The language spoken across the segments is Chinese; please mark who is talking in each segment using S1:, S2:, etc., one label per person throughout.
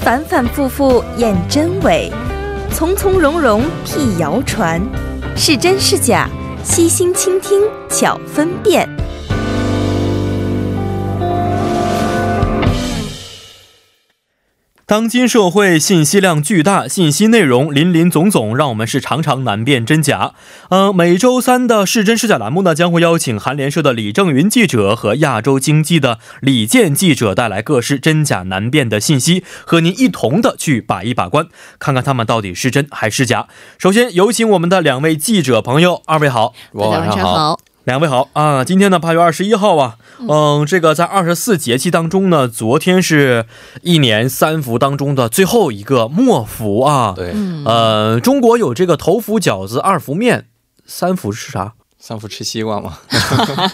S1: 反反复复验真伪，从从容容辟谣传，是真是假，悉心倾听巧分辨。
S2: 当今社会信息量巨大，信息内容林林总总，让我们是常常难辨真假。嗯、每周三的是真是假栏目呢，将会邀请韩联社的李正云记者和亚洲经济的李健记者，带来各式真假难辨的信息，和您一同的去把一把关，看看他们到底是真还是假。首先有请我们的两位记者朋友，二位好。
S3: 我晚上好，
S4: 好，
S2: 两位好啊！今天呢，八月二十一号啊，嗯，这个在二十四节气当中呢，昨天是一年三伏当中的最后一个末伏啊。，
S3: 对，
S2: 呃，中国有这个头伏饺子、二伏面，三伏是啥？
S3: 三伏吃西瓜嘛，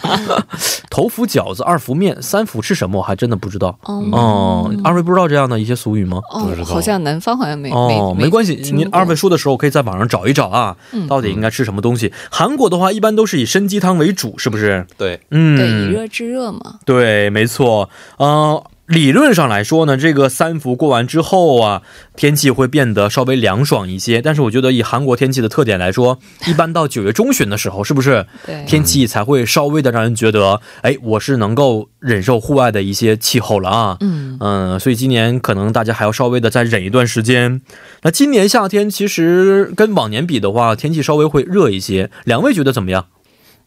S2: 头伏饺子、二伏面，三伏是什么？我还真的不知道。
S4: 哦
S2: 嗯，二位不知道这样的一些俗语吗？
S3: 不知
S4: 哦，
S3: 道
S4: 好像南方好像没
S2: 哦，
S4: 没嗯
S2: 没关系，您二位
S4: 位
S2: 说的时候，我可以在网上找一找啊，到底应该吃什么东西。韩国的话，一般都是以参鸡汤为主，是不是？
S3: 对，
S2: 嗯，
S4: 对以热制热嘛，
S2: 对，没错。呃，理论上来说呢，这个三伏过完之后啊，天气会变得稍微凉爽一些。但是我觉得以韩国天气的特点来说，一般到九月中旬的时候，是不是
S4: 对，
S2: 天气才会稍微的让人觉得，哎，我是能够忍受户外的一些气候了啊？
S4: 嗯
S2: 嗯，所以今年可能大家还要稍微的再忍一段时间。那今年夏天其实跟往年比的话，天气稍微会热一些。两位觉得怎么样？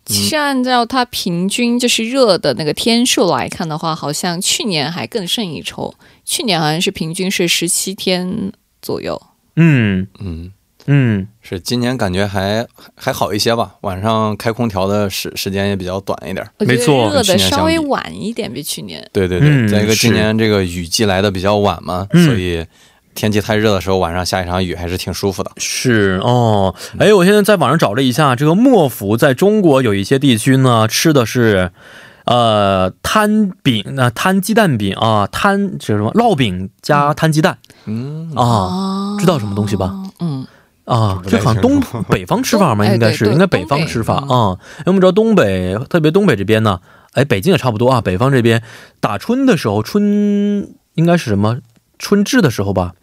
S4: 其实按照它平均就是热的那个天数来看的话，好像去年还更胜一筹，去年好像是平均是十七天左右，
S2: 嗯
S3: 嗯，
S2: 嗯，
S3: 是今年感觉还还好一些吧，晚上开空调的时时间也比较短一点儿。
S4: 我觉
S2: 没错
S4: 得热的
S3: 跟去年相
S4: 稍微
S3: 比
S4: 晚一点比去年，
S3: 对对
S2: 嗯
S3: 对，再一个
S2: 是
S3: 今年这个雨季来的比较晚嘛，
S2: 嗯
S3: 所以天气太热的时候，晚上下一场雨还是挺舒服的。
S2: 是哦，哎，我现在在网上找了一下，这个莫府在中国有一些地区呢，吃的是，呃，摊饼，那、摊鸡蛋饼啊，摊这是什么烙饼加摊鸡蛋
S3: 嗯，
S2: 啊
S4: 哦
S2: 知道什么东西吧？
S4: 嗯，
S2: 啊，这好像东北方吃法嘛，
S4: 哎
S2: 应该是、
S4: 对对
S2: 应该北方吃法啊
S4: 东、北
S2: 嗯因为我们知道东北，特别东北这边呢，哎，北京也差不多啊，北方这边打春的时候，春应该是什么春至的时候吧，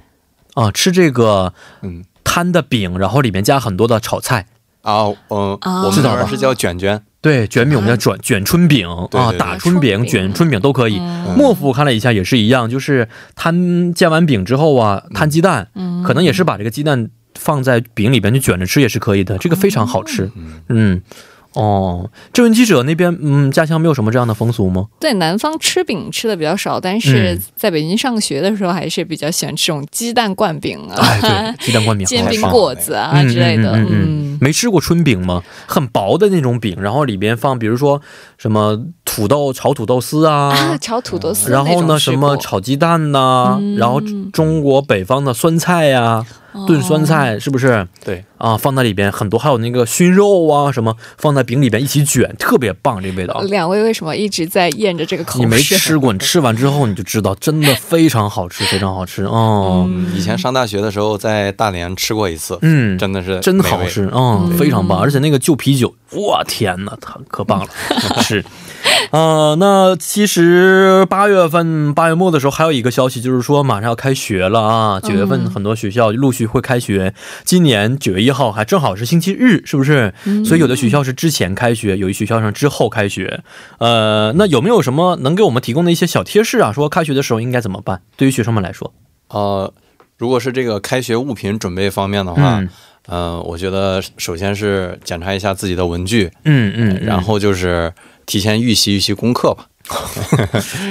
S2: 啊，吃这个
S3: 嗯
S2: 摊的饼，然后里面加很多的炒菜。
S3: 啊，嗯、
S4: 啊
S3: 我
S2: 知
S3: 们
S2: 道
S3: 那边
S2: 吧
S3: 是叫卷卷，
S2: 对，卷饼我们叫
S4: 嗯
S2: 卷卷春饼
S3: 对
S2: 啊，
S3: 对对
S2: 打春饼、
S4: 春饼
S2: 卷春饼都可以。
S4: 嗯
S2: 莫夫看了一下也是一样，就是摊煎完饼之后啊，摊鸡蛋，
S4: 嗯
S2: 可能也是把这个鸡蛋放在饼里边去卷着吃也是可以的，这个非常好吃。
S3: 嗯，
S2: 嗯，哦，这位记者那边，嗯，家乡没有什么这样的风俗 吗？
S4: 在南方吃饼吃的比较少，但是
S2: 嗯
S4: 在北京上学的时候还是比较喜欢吃这种鸡蛋灌饼啊，
S2: 哎，对，鸡蛋灌饼好
S4: 煎
S2: 好
S4: 饼
S2: 吃。
S4: 果子啊
S2: 嗯
S4: 之类的，
S2: 嗯嗯嗯没吃过春饼吗？很薄的那种饼，然后里边放，比如说什么土豆炒土豆丝
S4: 啊，炒土豆丝那
S2: 然
S4: 种吃过，
S2: 后呢，什么炒鸡蛋呐、
S4: 嗯哦
S2: 然后中国北方的酸菜呀、炖酸菜是不是
S3: 对，
S2: 啊？放在里边很多，还有那个熏肉啊，什么放在饼里边一起卷，特别棒，这味道
S4: 哦？。两位为什么一直在咽着这个口水？
S2: 你没吃过，你吃完之后你就知道，真的非常好吃，非常好吃哦。
S3: 嗯，以前上大学的时候在大连吃过一次，
S2: 嗯，
S3: 真的是
S2: 真
S3: 美味
S2: 好吃，嗯，
S4: 嗯
S2: 非常棒，而且那个旧啤酒，我天呐，它可棒了，是。呃，那其实八月份八月末的时候，还有一个消息，就是说马上要开学了啊。九月份很多学校陆续会开学，今年九月一号还正好是星期日，是不是？所以有的学校是之前开学，有一学校上之后开学。呃，那有没有什么能给我们提供的一些小贴士啊？说开学的时候应该怎么办？对于学生们来说，
S3: 呃，如果是这个开学物品准备方面的话，
S2: 嗯
S3: 呃，我觉得首先是检查一下自己的文具，
S2: 嗯嗯，
S3: 然后就是提前预习预习功课吧，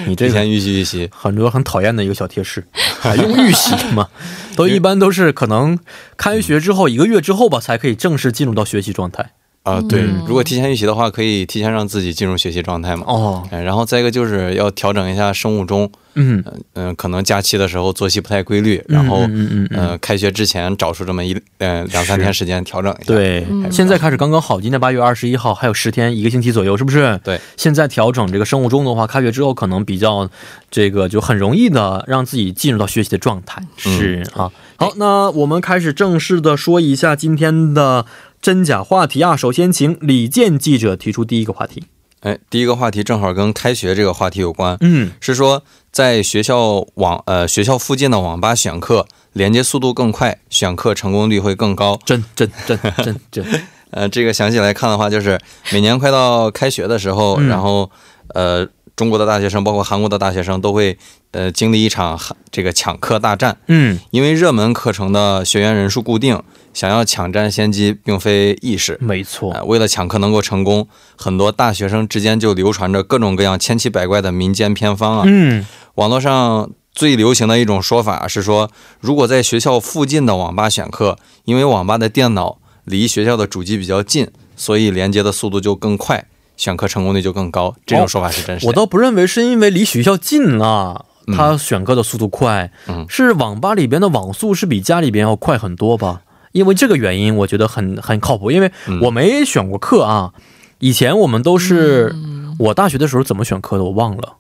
S2: 你这
S3: 嗯
S2: 个
S3: 提前预习预习。
S2: 很多很讨厌的一个小贴士， 还用预习 吗？都一般都是可能开学之后一个月之后吧，才可以正式进入到学习状态。
S3: 啊、对、
S4: 嗯
S3: 如果提前预习的话，可以提前让自己进入学习状态嘛。
S2: 哦，
S3: 哎然后再一个就是要调整一下生物钟，
S2: 嗯，
S3: 嗯、可能假期的时候作息不太规律，然后，
S2: 嗯嗯嗯嗯，
S3: 呃，开学之前找出这么一，呃，两三
S2: 是
S3: 天时间调整一下。，
S2: 对，现在开始刚刚好，今天八月二十一号，还有十天一个星期左右，是不是？
S3: 对，
S2: 现在调整这个生物钟的话，开学之后可能比较这个就很容易的让自己进入到学习的状态。是啊，好，那我们开始正式的说一下今天的真假话题啊。首先，请李健记者提出第一个话题。
S3: 哎，第一个话题正好跟开学这个话题有关，
S2: 嗯，
S3: 是说在学校网呃学校附近的网吧选课，连接速度更快，选课成功率会更高。
S2: 真真真真真，
S3: 呃，这个详细来看的话，就是每年快到开学的时候，
S2: 嗯
S3: 然后呃中国的大学生，包括韩国的大学生，都会呃经历一场哈这个抢课大战。
S2: 嗯，
S3: 因为热门课程的学员人数固定，想要抢占先机并非易事。
S2: 没错，
S3: 呃，为了抢课能够成功，很多大学生之间就流传着各种各样千奇百怪的民间偏方啊。
S2: 嗯，
S3: 网络上最流行的一种说法是说，如果在学校附近的网吧选课，因为网吧的电脑离学校的主机比较近，所以连接的速度就更快，选课成功率就更高。这种说法是真实的。
S2: 我倒不认为是因为离学校近啊，他选课的速度快，
S3: 嗯
S2: 是网吧里边的网速是比家里边要快很多吧？因为这个原因，我觉得很很靠谱，因为
S3: 嗯
S2: 我没选过课啊。以前我们都是、
S3: 嗯
S2: 我大学的时候怎么选课的，我忘了，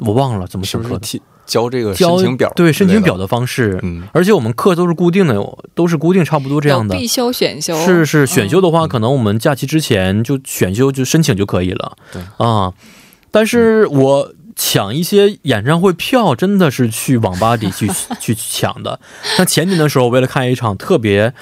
S2: 我忘了怎么
S3: 是
S2: 选
S3: 不
S2: 课
S3: 是
S2: 的。
S3: 提交这个申
S2: 交
S3: 请表之类
S2: 对
S3: 的？
S2: 申请表的方式，
S3: 嗯
S2: 而且我们课都是固定的，都是固定差不多这样 的
S4: 有。必修选修嗯
S2: 是是，选修的话，可能我们假期之前就选修就申请就可以了。
S3: 对
S2: 啊，但是我抢一些演唱会票，真的是去网吧里 去去去抢的。像前年的时候，为了看一场特别。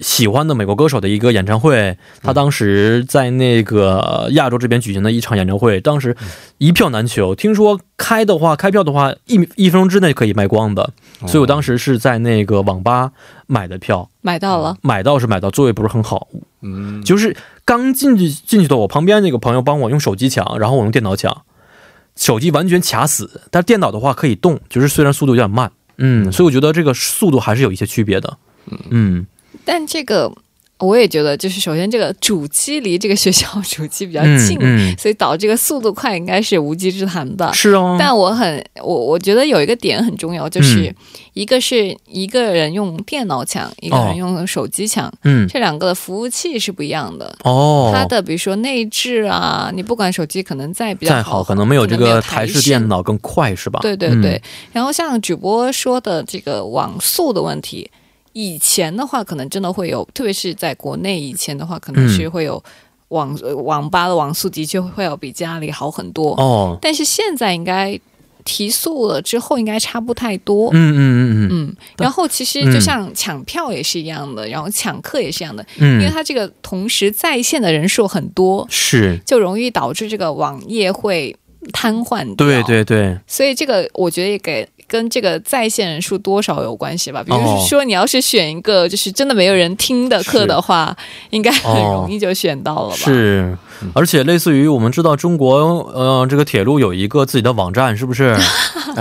S2: 喜欢的美国歌手的一个演唱会，他当时在那个亚洲这边举行的一场演唱会，当时一票难求。听说开的话，开票的话，一一分钟之内可以卖光的，所以我当时是在那个网吧买的票，
S4: 买到了，
S2: 买到是买到，座位不是很好，
S3: 嗯，
S2: 就是刚进去进去的我旁边那个朋友帮我用手机抢，然后我用电脑抢，手机完全卡死，但电脑的话可以动，就是虽然速度有点慢，嗯，所以我觉得这个速度还是有一些区别的，嗯，
S4: 但这个我也觉得，就是首先这个主机离这个学校 主机比较近，
S2: 嗯
S4: 所以导致这个速度快应该是无稽之谈的
S2: 嗯。是啊，
S4: 但我很我我觉得有一个点很重要，就是
S2: 嗯
S4: 一个是一个人用电脑抢，一个
S2: 哦
S4: 人用手机抢，
S2: 嗯，
S4: 这两个的服务器是不一样的。
S2: 哦，
S4: 它的比如说内置啊，你不管手机可能再比
S2: 哦
S4: 较
S2: 再好
S4: 好
S2: 可能没有这
S4: 可能没
S2: 个
S4: 有
S2: 台
S4: 台
S2: 式
S4: 式
S2: 电脑更快是吧？
S4: 对对
S2: 嗯
S4: 对、，然后像主播说的这个网速的问题，以前的话可能真的会有，特别是在国内，以前的话可能
S2: 嗯
S4: 是会有网、呃网吧的网速的确会要比家里好很多，
S2: 哦，
S4: 但是现在应该提速了之后应该差不太多。
S2: 嗯嗯嗯嗯
S4: 嗯，然后其实就像抢票也是一样的，然后抢课也是一样的，因为
S2: 嗯，
S4: 它这个同时在线的人数很多，
S2: 是，
S4: 就容易导致这个网页会瘫痪掉。
S2: 对对对，
S4: 所以这个我觉得也给跟这个在线人数多少有关系吧。比
S2: 哦
S4: 如说，你要是选一个就是真的没有人听的课的话，应该很容易就选到了吧？
S2: 哦
S4: 嗯
S2: 是，而且类似于我们知道中国，呃，这个铁路有一个自己的网站，是不 是？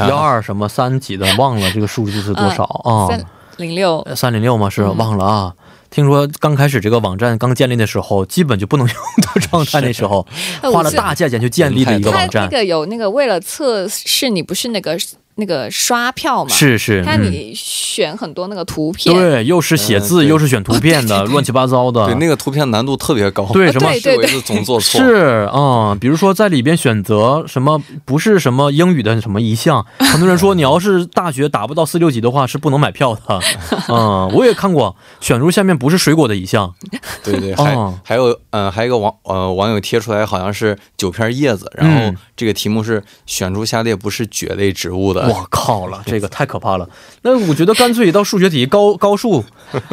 S2: 幺二什么三几的，忘了这个数字是多少啊？
S4: 呃三嗯零六
S2: 三零六吗？是忘了啊。听说刚开始这个网站刚建立的时候，基本就不能用的状态。那时候
S4: 哎
S2: 呃花
S4: 呃
S2: 了大价钱去建立的一个
S4: 它
S2: 网
S4: 那
S2: 站，
S4: 个有那个为了测试你不是那个那个刷票嘛？。
S2: 是是，
S4: 它
S2: 嗯，
S4: 你选很多那个图片，
S2: 对，又是写字
S3: 嗯
S2: 又是选图片 的，乱七八糟的
S3: 对，那个图片难度特别高，
S2: 对什么
S4: 对对
S3: 我一次总做错，
S2: 是啊、嗯，比如说在里边选择什么不是什么英语的什么一 项，很多人说你要是大学达不到四六级的话是不能买票的。嗯，我也看过，选出下面不是水果的一项。
S3: 对对，还、
S2: 哦
S3: 还有，呃，还有一个网呃网友贴出来，好像是九片叶子，然后
S2: 嗯
S3: 这个题目是选出下列不是蕨类植物的。
S2: 我靠了，这个太可怕了。那我觉得干脆一道数学题高高数，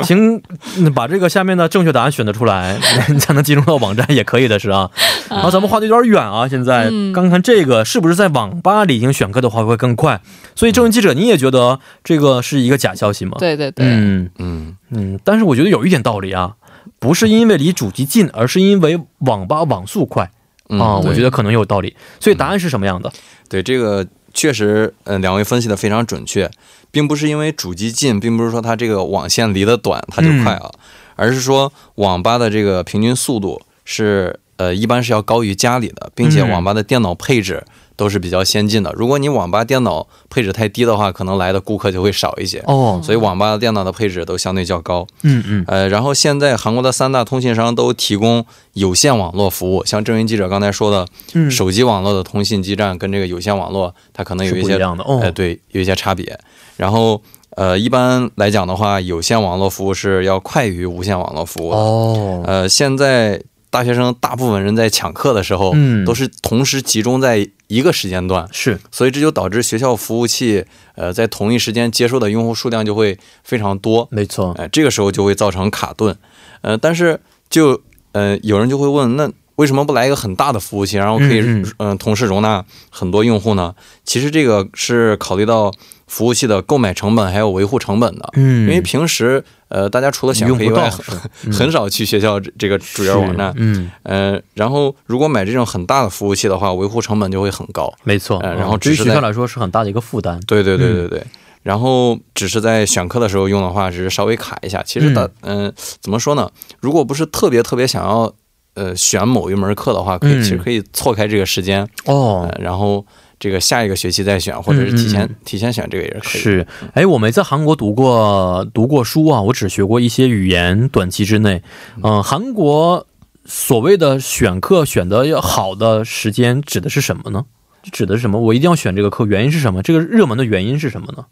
S2: 请嗯把这个下面的正确答案选得出来， 你才能进入到网站也可以的是啊。然后咱们话题有点远啊，现在刚看这个是不是在网吧里已经选课的话会更快？所以郑文记者，你也觉得这个是一个假消息吗？
S4: 对对对
S2: 嗯
S3: 嗯，
S2: 嗯，但是我觉得有一点道理啊，不是因为离主机近，而是因为网吧网速快
S3: 嗯
S2: 啊，
S3: 对
S2: 我觉得可能有道理。所以答案是什么样的？
S3: 对这个确实，嗯、两位分析的非常准确，并不是因为主机近，并不是说它这个网线离得短它就快
S2: 嗯
S3: 啊，而是说网吧的这个平均速度是呃一般是要高于家里的，并且
S2: 嗯
S3: 网吧的电脑配置都是比较先进的。如果你网吧电脑配置太低的话，可能来的顾客就会少一些。
S2: 哦，
S3: 所以网吧的电脑的配置都相对较高。
S2: 嗯嗯，
S3: 呃，然后现在韩国的三大通信商都提供有线网络服务，像郑云记者刚才说的，
S2: 嗯
S3: 手机网络的通信基站跟这个有线网络，它可能有
S2: 是
S3: 一
S2: 不
S3: 些
S2: 一样的哦
S3: 呃，对，有一些差别。然后呃，一般来讲的话，有线网络服务是要快于无线网络服务的。呃
S2: 哦，
S3: 呃，现在大学生大部分人在抢课的时候，
S2: 嗯
S3: 都是同时集中在一个时间段，
S2: 是
S3: 所以这就导致学校服务器呃在同一时间接收的用户数量就会非常多，
S2: 没错，
S3: 呃，这个时候就会造成卡顿。呃，但是就呃有人就会问，那为什么不来一个很大的服务器，然后可以
S2: 嗯
S3: 嗯、呃同时容纳很多用户呢？其实这个是考虑到服务器的购买成本还有维护成本的，
S2: 嗯
S3: 因为平时呃大家除了选
S2: 用
S3: 课以
S2: 不
S3: 外，
S2: 到
S3: 很很少去学校这这个主页网站。
S2: 嗯，
S3: 呃，然后如果买这种很大的服务器的话，维护成本就会很高。
S2: 没错。嗯
S3: 呃然后
S2: 对于
S3: 只是
S2: 学校
S3: 在
S2: 来说是很大的一个负担。
S3: 对对对
S2: 嗯
S3: 对对。然后只是在选课的时候用的话，只是稍微卡一下。其实大嗯、怎么说呢？如果不是特别特别想要呃选某一门课的话，可以、
S2: 嗯
S3: 其实可以错开这个时间，
S2: 哦
S3: 呃，然后这个下一个学期再选，或者是提前、
S2: 嗯嗯
S3: 提前选这个也是可以。
S2: 是，哎，我没在韩国读过读过书啊，我只学过一些语言，短期之内，嗯、韩国所谓的选课选的好的时间指的是什么呢？指的是什么？我一定要选这个课，原因是什么？这个热门的原因是什么呢？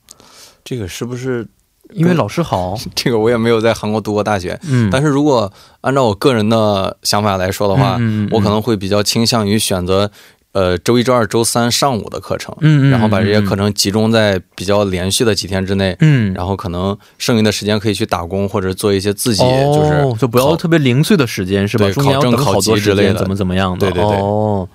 S3: 这个是不是？
S2: 因为老师好，
S3: 这个我也没有在韩国读过大学，
S2: 嗯，
S3: 但是如果按照我个人的想法来说的话，
S2: 嗯嗯嗯嗯
S3: 我可能会比较倾向于选择呃周一、周二、周三上午的课程，
S2: 嗯，嗯
S3: 然后把这些课
S2: 程，
S3: 程集中在比较连续的几天之内，
S2: 嗯，
S3: 然后可能剩余的时间可以去打工或者做一些自己、
S2: 哦
S3: 就是
S2: 就不要
S3: 考
S2: 特别零碎的时间是吧？
S3: 对
S2: 中间要
S3: 考证
S2: 等好
S3: 考
S2: 多
S3: 级
S2: 时
S3: 之类
S2: 间，
S3: 的
S2: 怎么怎么样的？
S3: 对对对
S2: 哦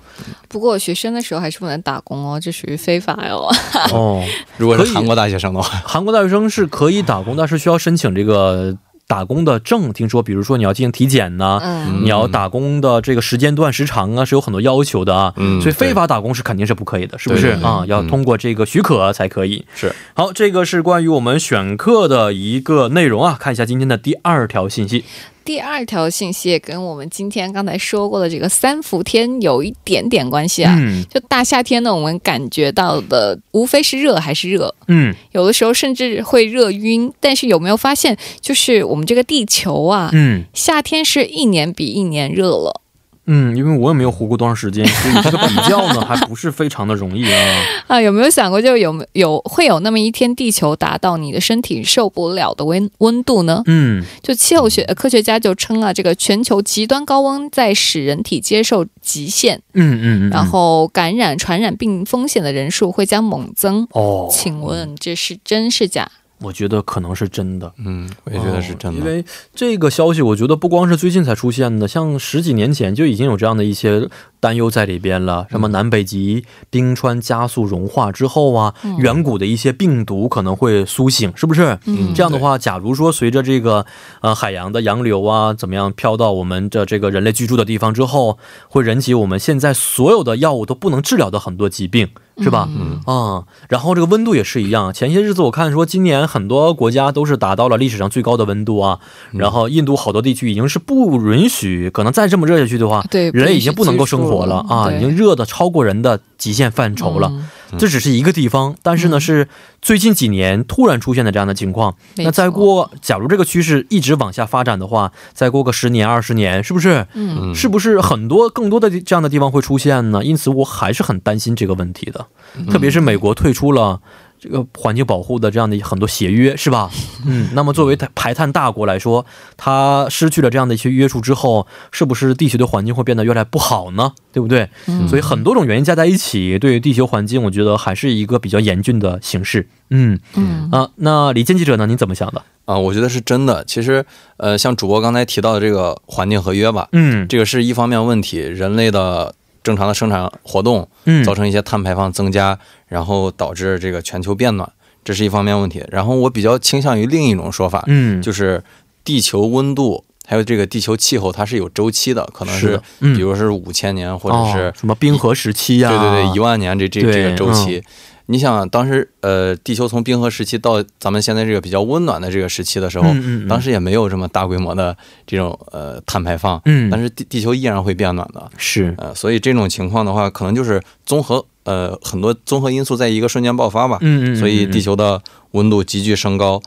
S4: 不过学生的时候还是不能打工哦，这属于非法 哟。
S2: 哦，
S3: 如果
S2: 可以
S3: 是韩国大学生的话，
S2: 韩国大学生是可以打工，但是需要申请这个打工的证。听说，比如说你要进行体检呐、
S4: 嗯，
S2: 你要打工的这个时间段、时长啊，是有很多要求的啊。
S3: 嗯
S2: 所以非法打工是肯定是不可以的，是不
S3: 对
S2: 是
S3: 对对
S2: 啊？要
S3: 嗯
S2: 通过这个许可才可以。
S3: 是
S2: 好，这个是关于我们选课的一个内容啊。看一下今天的第二条信息。
S4: 第二条信息也跟我们今天刚才说过的这个三伏天有一点点关系啊。
S2: 嗯
S4: 就大夏天呢，我们感觉到的无非是热还是热，
S2: 嗯
S4: 有的时候甚至会热晕。但是有没有发现，就是我们这个地球啊，
S2: 嗯
S4: 夏天是一年比一年热了。
S2: 嗯，因为我也没有活过多长时间，所以这个比较呢还不是非常的容易啊。
S4: 啊，有没有想过，就有有会有那么一天，地球达到你的身体受不了的温温度呢？
S2: 嗯
S4: 就气候学呃科学家就称啊，这个全球极端高温在使人体接受极限，
S2: 嗯嗯嗯，嗯
S4: 然后感染传染病风险的人数会将猛增。
S2: 哦，
S4: 请问这是真是假？
S2: 我觉得可能是真的。 哦
S3: 嗯，我也觉得是真
S2: 因
S3: 的。
S2: 为这个消息，我觉得不光是最近才出现的，像十几年前就已经有这样的一些担忧在里边
S3: 嗯
S2: 了。什么南北极冰川加速融化之后啊，
S3: 嗯
S2: 远古的一些病毒可能会苏醒，是不是？
S4: 嗯
S2: 这样的话，假如说随着这个呃海洋的洋流啊，怎么样飘到我们的这个人类居住的地方之后，会引起我们现在所有的药物都不能治疗的很多疾病，是吧？
S4: 嗯
S2: 啊、然后这个温度也是一样。前些日子我看说，今年很多国家都是达到了历史上最高的温度啊。
S4: 嗯
S2: 然后印度好多地区已经是不允许，可能再这么热下去的话，
S4: 啊对
S2: 人类已经不能够生活了啊，
S4: 不允
S2: 已
S4: 许
S2: 经
S4: 居住了对
S2: 热的超过人的极限范畴了。
S4: 嗯
S2: 这只是一个地方，但是呢，
S4: 嗯
S2: 是最近几年突然出现的这样的情况。
S4: 没
S2: 那再
S4: 错
S2: 过，假如这个趋势一直往下发展的话，再过个十年、二十年，是不是？
S4: 嗯，
S3: 嗯
S2: 是不是很多更多的地这样的地方会出现呢？因此，我还是很担心这个问题的。
S3: 嗯
S2: 特别是美国退出了这个环境保护的这样的很多协约，是 吧？嗯，那么作为排碳大国来说，它失去了这样的一些约束之后，是不是地球的环境会变得越来越不好呢？对不对？
S3: 嗯
S2: 所以很多种原因加在一起，对于地球环境，我觉得还是一个比较严峻的形势。嗯
S4: 嗯
S2: 啊，那李健记者呢？您怎么想的？
S3: 啊、我觉得是真的。其实，呃，像主播刚才提到的这个环境合约吧，
S2: 嗯
S3: 这个是一方面问题，人类的正常的生产活动
S2: 嗯
S3: 造成一些碳排放增加，然后导致这个全球变暖，这是一方面问题。然后我比较倾向于另一种说法，
S2: 嗯，
S3: 就是地球温度还有这个地球气候，它是有周期的，可能
S2: 是
S3: 是
S2: 的嗯
S3: 比如是五千年或者
S2: 哦
S3: 是、
S2: 什么冰河时期呀、
S3: 对对对一万年这这
S2: 对嗯
S3: 这个周期。你想当时呃，地球从冰河时期到咱们现在这个比较温暖的这个时期的时候，
S2: 嗯嗯嗯
S3: 当时也没有这么大规模的这种呃碳排放，
S2: 嗯
S3: 但是地地球依然会变暖的。
S2: 是
S3: 呃，所以这种情况的话，可能就是综合呃很多综合因素在一个瞬间爆发吧。
S2: 嗯嗯嗯
S3: 所以地球的温度急剧升高。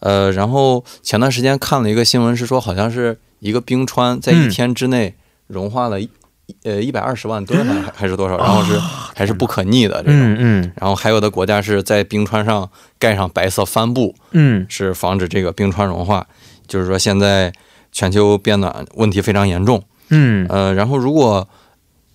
S3: 呃，然后前段时间看了一个新闻，是说好像是一个冰川在一
S2: 嗯
S3: 天之内融化了一、呃一百二十万吨还还是多少，然后是还是不可逆的这种。
S2: 啊嗯嗯
S3: 然后还有的国家是在冰川上盖上白色帆布，
S2: 嗯
S3: 是防止这个冰川融化。就是说，现在全球变暖问题非常严重。
S2: 嗯
S3: 呃，然后如果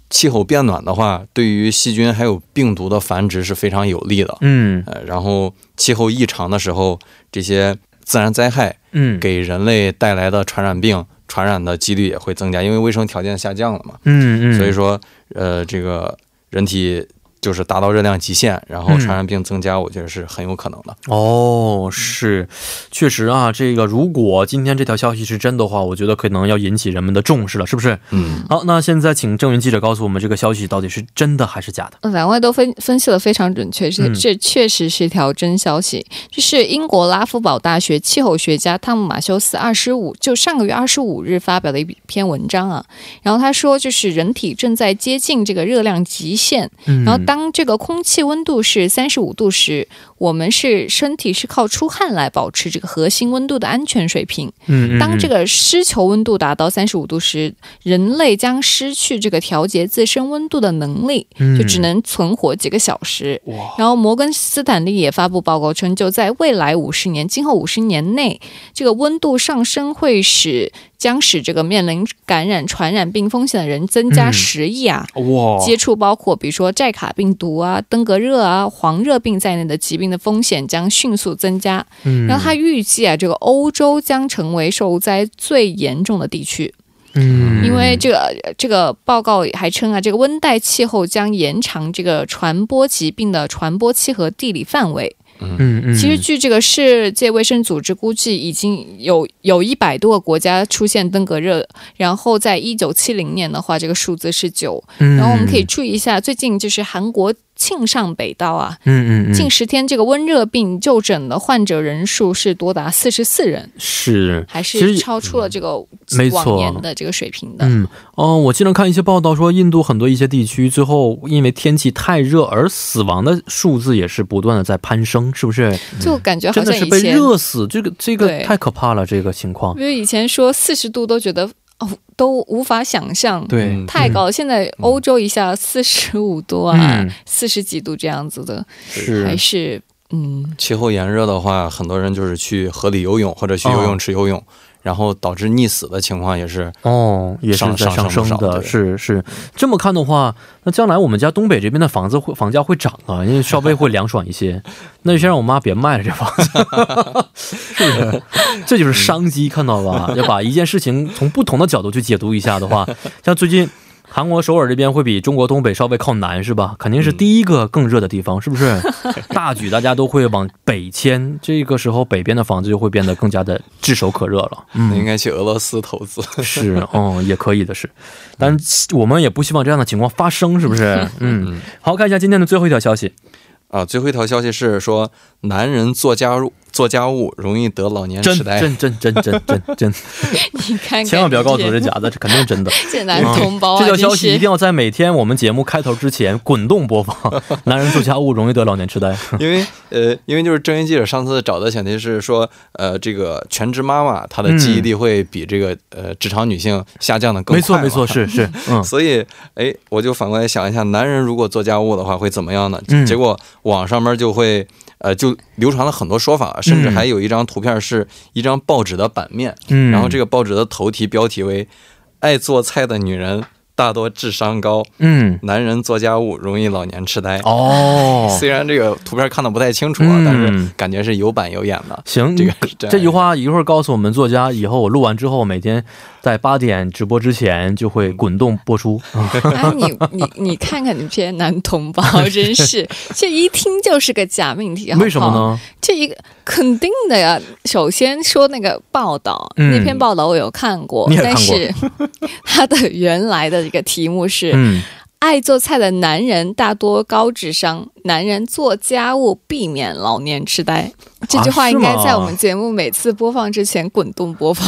S3: 气候变暖的话，对于细菌还有病毒的繁殖是非常有利的。
S2: 嗯
S3: 呃，然后气候异常的时候，这些自然灾害
S2: 嗯，
S3: 给人类带来的传染病传染的几率也会增加，因为卫生条件下降了嘛。
S2: 嗯嗯，
S3: 所以说，呃，这个人体就是达到热量极限，然
S2: 嗯
S3: 后传染病增加，我觉得是很有可能的。
S2: 哦，是，确实啊，这个如果今天这条消息是真的话，我觉得可能要引起人们的重视了，是不是？
S3: 嗯，
S2: 好，那现在请郑云记者告诉我们，这个消息到底是真的还是假的？
S4: 呃两位都分分析的非常准确，这
S2: 嗯
S4: 这确实是一条真消息。就是英国拉夫堡大学气候学家汤姆马修斯二十五就上个月二十五日发表的一篇文章啊，然后他说就是人体正在接近这个热量极限，
S2: 嗯
S4: 然后当这个空气温度是三十五度时，我们是身体是靠出汗来保持这个核心温度的安全水平。
S2: 嗯嗯
S4: 当这
S2: 个
S4: 个湿球温度达到三十五度时，人类将失去这个调节自身温度的能力，
S2: 嗯
S4: 就只能存活几个小时。然后，摩根斯坦利也发布报告称，就在未来五十年，今后五十年内，这个温度上升会使将使这个面临感染传染病风险的人增加
S2: 嗯
S4: 十亿啊。
S2: 哇
S4: 接触包括比如说寨卡病毒啊、登革热啊、黄热病在内的疾病的风险将迅速增加。
S2: 嗯
S4: 然后他预计啊，这个欧洲将成为受灾最严重的地区，
S2: 嗯
S4: 因为这个这个报告还称啊，这个温带气候将延长这个传播疾病的传播期和地理范围。
S2: 嗯嗯，
S4: 其实据这个世界卫生组织估计，已经有有一百多个国家出现登革热，然后在一九七零年的话，这个数字是九
S2: 嗯，
S4: 然后我们可以注意一下，最近就是韩国庆尚北道啊，
S2: 嗯嗯嗯
S4: 近十天这个温热病就诊的患者人数是多达四十四人，
S2: 是
S4: 还
S2: 其
S4: 是
S2: 实嗯
S4: 超出了这个
S2: 没错
S4: 往年的这个水平的。
S2: 嗯，哦，我经常看一些报道说，印度很多一些地区最后因为天气太热而死亡的数字也是不断的在攀升，是不是？
S4: 就感觉好
S2: 真的
S4: 像
S2: 是
S4: 以
S2: 被
S4: 前，
S2: 热死，这个这个
S4: 对
S2: 太可怕了，这个情况。
S4: 因为以前说四十度都觉得哦都无法想象。
S2: 对
S3: 嗯，
S4: 太高了，现在欧洲一下四十五度啊
S2: 嗯，
S4: 四十、几度这样子的，
S2: 是
S4: 还是嗯，
S3: 气候炎热的话，很多人就是去河里游泳或者去
S2: 哦
S3: 游泳池游泳，然后导致溺死的情况也是
S2: 哦，也是
S3: 上
S2: 在上
S3: 上升
S2: 升
S3: 不少
S2: 的，
S3: 对
S2: 是是。这么看的话，那将来我们家东北这边的房子会房价会涨啊，因为稍微会凉爽一 些。那就先让我妈别卖了这房子， 是不是？这就是商机，看到 吧？要把一件事情从不同的角度去解读一下的话，像最近。韩国首尔这边会比中国东北稍微靠南是吧？肯定
S3: 嗯
S2: 是第一个更热的地方，是不 是？大举大家都会往北迁，这个时候北边的房子就会变得更加的炙手可热了。嗯，
S3: 应该去俄罗斯投资。
S2: 是，哦，也可以的是，但是我们也不希望这样的情况发生，是不 是？嗯，好，看一下今天的最后一条消息。
S3: 啊，最后一条消息是说，男人做家务做家务容易得老
S4: 嗯
S3: 年
S2: 真
S3: 痴呆。
S2: 真真真真真 真，
S4: 你看看，
S2: 千万不要告诉我
S4: 这
S2: 这假的，这肯定是 真的。嗯
S4: 这男同胞啊，
S2: 这条
S4: 真
S2: 消息
S4: 是
S2: 一定要在每天我们节目开头之前滚动播放。 男人做家务容易得老年痴 呆。
S3: 因为呃，因为就是郑云记者上次找的选题是说，呃，这个全职妈妈她的记忆力会比这个、呃职场女性下降的
S2: 嗯
S3: 更快。
S2: 没错没错，。是 是，嗯
S3: 所以，哎，我就反过来想一下，男人如果做家务的话会怎么样呢？
S2: 嗯
S3: 结果网上面就会，呃，就流传了很多说法，甚至还有一张图片是一张报纸的版面，
S2: 嗯。
S3: 然后这个报纸的头题标题为“爱做菜的女人大多智商高，
S2: 嗯
S3: 男人做家务容易老年痴呆”。
S2: 哦，
S3: 虽然这个图片看的不太清楚啊，
S2: 嗯
S3: 但是感觉是有板有眼的。
S2: 行，
S3: 这个是这样
S2: 这句话一会儿告诉我们作家，以后我录完之后，每天在八点直播之前就会滚动播出。
S4: 哎，你你你看看你这些男 同胞，真是这一听就是个假命题，好嗯不好
S2: 为什么？呢？
S4: 这一个肯定的呀。首先说那个报道，
S2: 嗯
S4: 那篇报道我有看过，
S2: 你也看
S4: 但
S2: 过
S4: 是 它的原来的一个题目是、
S2: 嗯，
S4: 爱做菜的男人大多高智商，男人做家务避免老年痴呆。”这句
S2: 啊
S4: 话
S2: 是
S4: 应该
S2: 吗
S4: 在我们节目每次播放之前滚动播放。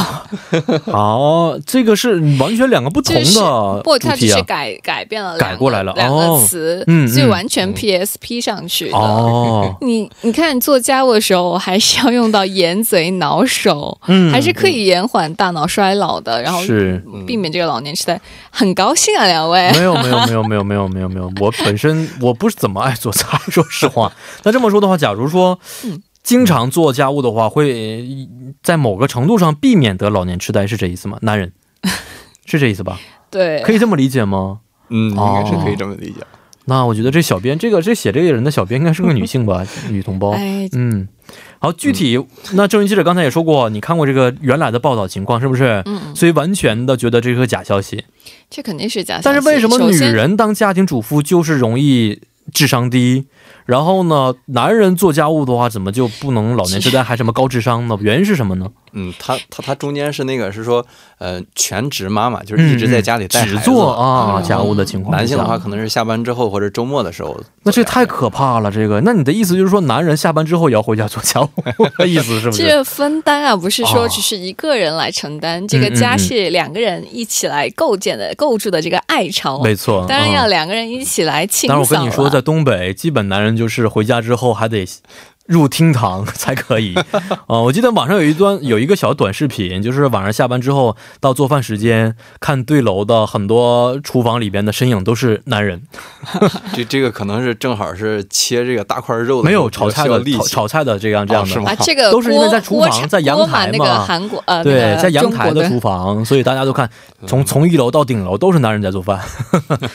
S2: 哦，这个是完全两个不同
S4: 就是
S2: 的
S4: 不，
S2: 主
S4: 它只
S2: 题
S4: 是
S2: 啊。
S4: 改改变了
S2: 改
S4: 两个
S2: 过来了
S4: 两
S2: 哦
S4: 个词，
S2: 嗯
S4: 所以
S2: 嗯
S4: 完全 PSP 上去的。
S2: 哦，
S4: 你你看做家务的时候，我还是要用到眼嘴脑手，
S2: 嗯，
S4: 还是可以延缓大脑衰老的，然后
S2: 是。嗯
S4: 避免这个老年痴呆。很高兴啊，两位。
S2: 没有没有没有没有没有没有没有，我本身我不是怎么爱做菜，说实话。那这么说的话，假如说经常做家务的话，会在某个程度上避免得老年痴呆，是这意思吗？男人是这意思吧？
S4: 对，
S2: 可以这么理解吗？
S3: 嗯，应
S2: 哦
S3: 该是可以这么理解。
S2: 那我觉得这小编，这个这写这个人的小编应该是个女性吧，女同胞。
S4: 哎，
S2: 嗯，好，具体、
S4: 嗯
S2: 那郑云记者刚才也说过，你看过这个原来的报道情况是不是？
S4: 嗯，
S2: 所以完全的觉得这是个假消息。
S4: 这肯定是假消息。
S2: 但是为什么
S4: 首
S2: 女
S4: 先
S2: 人当家庭主妇就是容易智商低？然后呢，男人做家务的话，怎么就不能老年痴呆还什么高智商呢？原因是什么呢？
S3: 嗯，他他他中间是那个是说，呃，全职妈妈就是一直
S2: 嗯
S3: 在家里带孩子
S2: 只做啊、
S4: 嗯
S2: 家务的情况下。
S3: 男性的话，可能是下班之后或者周末的时候。
S2: 那这太可怕了。这个，那你的意思就是说，男人下班之后也要回家做 家务的意思是不是？
S4: 这分担啊，不是
S2: 哦
S4: 说只是一个人来承担，这个
S2: 嗯嗯
S4: 家
S2: 嗯
S4: 是两个人一起来构建的、构筑的这个爱巢。啊
S2: 没错，
S4: 当然要
S2: 嗯。
S4: 两个人一起来清扫啊
S2: 但
S4: 了。
S2: 是我跟你说，在东北，基本男人就是回家之后还得入厅堂 才可以。啊、我记得网上有一段有一个小短视频，就是晚上下班之后到做饭时间，看对楼的很多厨房里边的身影都是男人，
S3: 这这个可能是正好是切这个大块肉的
S2: 没
S3: 时候
S2: 有炒菜
S3: 比较
S2: 的
S3: 需要力
S2: 炒
S3: 气
S2: 炒菜的这样这样
S3: 哦
S2: 的。
S3: 是吗
S4: 啊，这个
S2: 都是因为
S4: 锅
S2: 在厨
S4: 锅
S2: 房
S4: 铲
S2: 在阳
S4: 锅嘛
S2: 台
S4: 那个
S2: 嘛
S4: 韩国呃，
S2: 对
S4: 那，个
S2: 在阳台
S4: 中国
S2: 的厨房，所以大家都看从从一楼到顶楼都是男人在做 饭，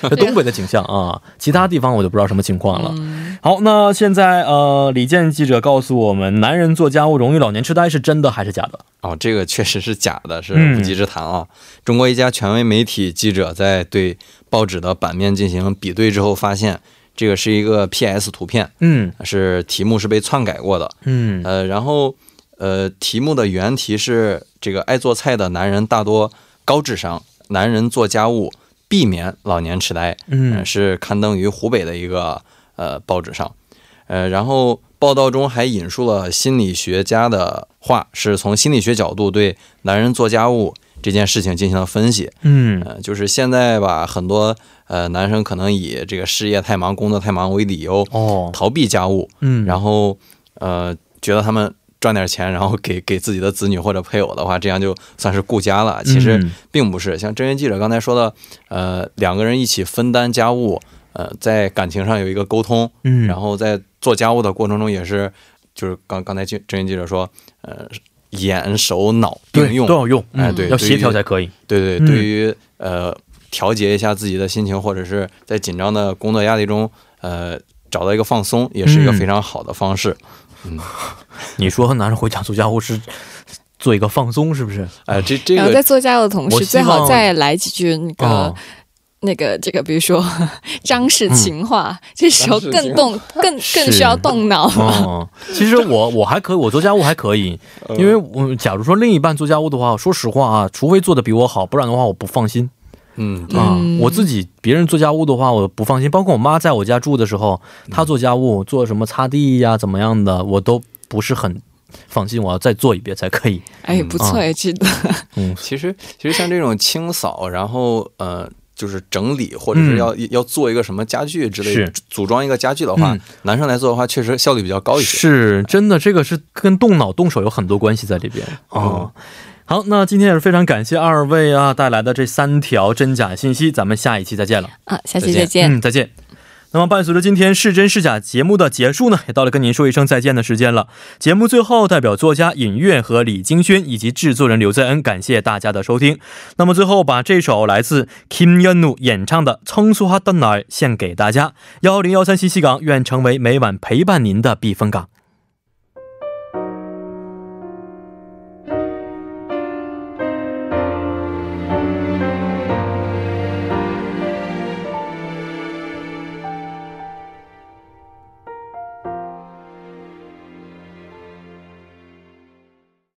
S2: 这东北的景象啊，其他地方我就不知道什么情况了。
S4: 嗯
S2: 好，那现在呃，李健记者告诉我们，男人做家务容易老年痴呆是真的还是假的？
S3: 哦，这个确实是假的，是
S2: 嗯
S3: 无稽之谈啊！中国一家权威媒体记者在对报纸的版面进行比对之后，发现这个是一个 PS 图片，
S2: 嗯
S3: 是题目是被篡改过的。
S2: 嗯
S3: 呃，然后呃，题目的原题是这个爱做菜的男人大多高智商，男人做家务避免老年痴呆。
S2: 嗯
S3: 呃是刊登于湖北的一个呃报纸上，呃，然后报道中还引述了心理学家的话，是从心理学角度对男人做家务这件事情进行了分析。
S2: 嗯
S3: 呃，就是现在吧，很多呃男生可能以这个事业太忙、工作太忙为理由
S2: 哦
S3: 逃避家务，
S2: 嗯，
S3: 然后呃觉得他们。赚点钱，然后给给自己的子女或者配偶的话，这样就算是顾家了。其实，
S2: 嗯
S3: 并不是像真人记者刚才说的，呃，两个人一起分担家务，呃，在感情上有一个沟通，
S2: 嗯，
S3: 然后在做家务的过程中也是，就是刚刚才记真人记者说，呃，眼手脑并
S2: 对
S3: 用，
S2: 都要用，
S3: 哎
S2: 嗯
S3: 对
S2: 要
S3: 对于
S2: 协调才可以。
S3: 对对，
S2: 嗯
S3: 对于呃调节一下自己的心情，或者是在紧张的工作压力中，呃，找到一个放松，也是一个
S2: 嗯
S3: 非常好的方式。
S2: 你说男人回家做家务是做一个放松，是不是？
S3: 哎、这这
S4: 然后
S3: 个
S4: 在做家务的同
S2: 我
S4: 时，
S2: 希
S4: 最好
S2: 望
S4: 再来几句那个、
S2: 哦嗯
S4: 那个这个，比如说张氏情话，这时候
S3: 张氏
S4: 更
S3: 情
S4: 动更更
S2: 是
S4: 需要动脑了。
S2: 哦， 嗯其实我我还可以，我做家务还可以，因为我假如说另一半做家务的话，说实话啊，除非做的比我好，不然的话我不放心
S3: 嗯，对
S2: 啊、
S4: 嗯
S2: 我自己别人做家务的话，我不放心。包括我妈在我家住的时候，她做家务做什么擦地呀、怎么样的，我都不是很放心。我要再做一遍才可以。
S4: 哎，不错
S2: 嗯
S4: 哎， 这个
S3: 其实其实像这种清扫，然后呃，就是整理，或者
S2: 嗯
S3: 是要、要做一个什么家具之类
S2: 是，
S3: 组装一个家具的话，
S2: 嗯
S3: 男生来做的话，确实效率比较高一些。
S2: 哦是真的，这个是跟动脑动手有很多关系在里边哦。好，那今天也是非常感谢二位啊带来的这三条真假信息，咱们下一期再见了。
S4: 啊，下
S3: 再
S4: 期
S3: 见
S4: 再见。
S2: 嗯，再见。那么，伴随着今天是真是假节目的结束呢，也到了跟您说一声再见的时间了。节目最后，代表作家尹月和李金轩以及制作人刘在恩，感谢大家的收听。那么最后，把这首来自 Kim y o n u 演唱的《청소하던来》献给大家。幺零幺三信息港，愿成为每晚陪伴您的避风港。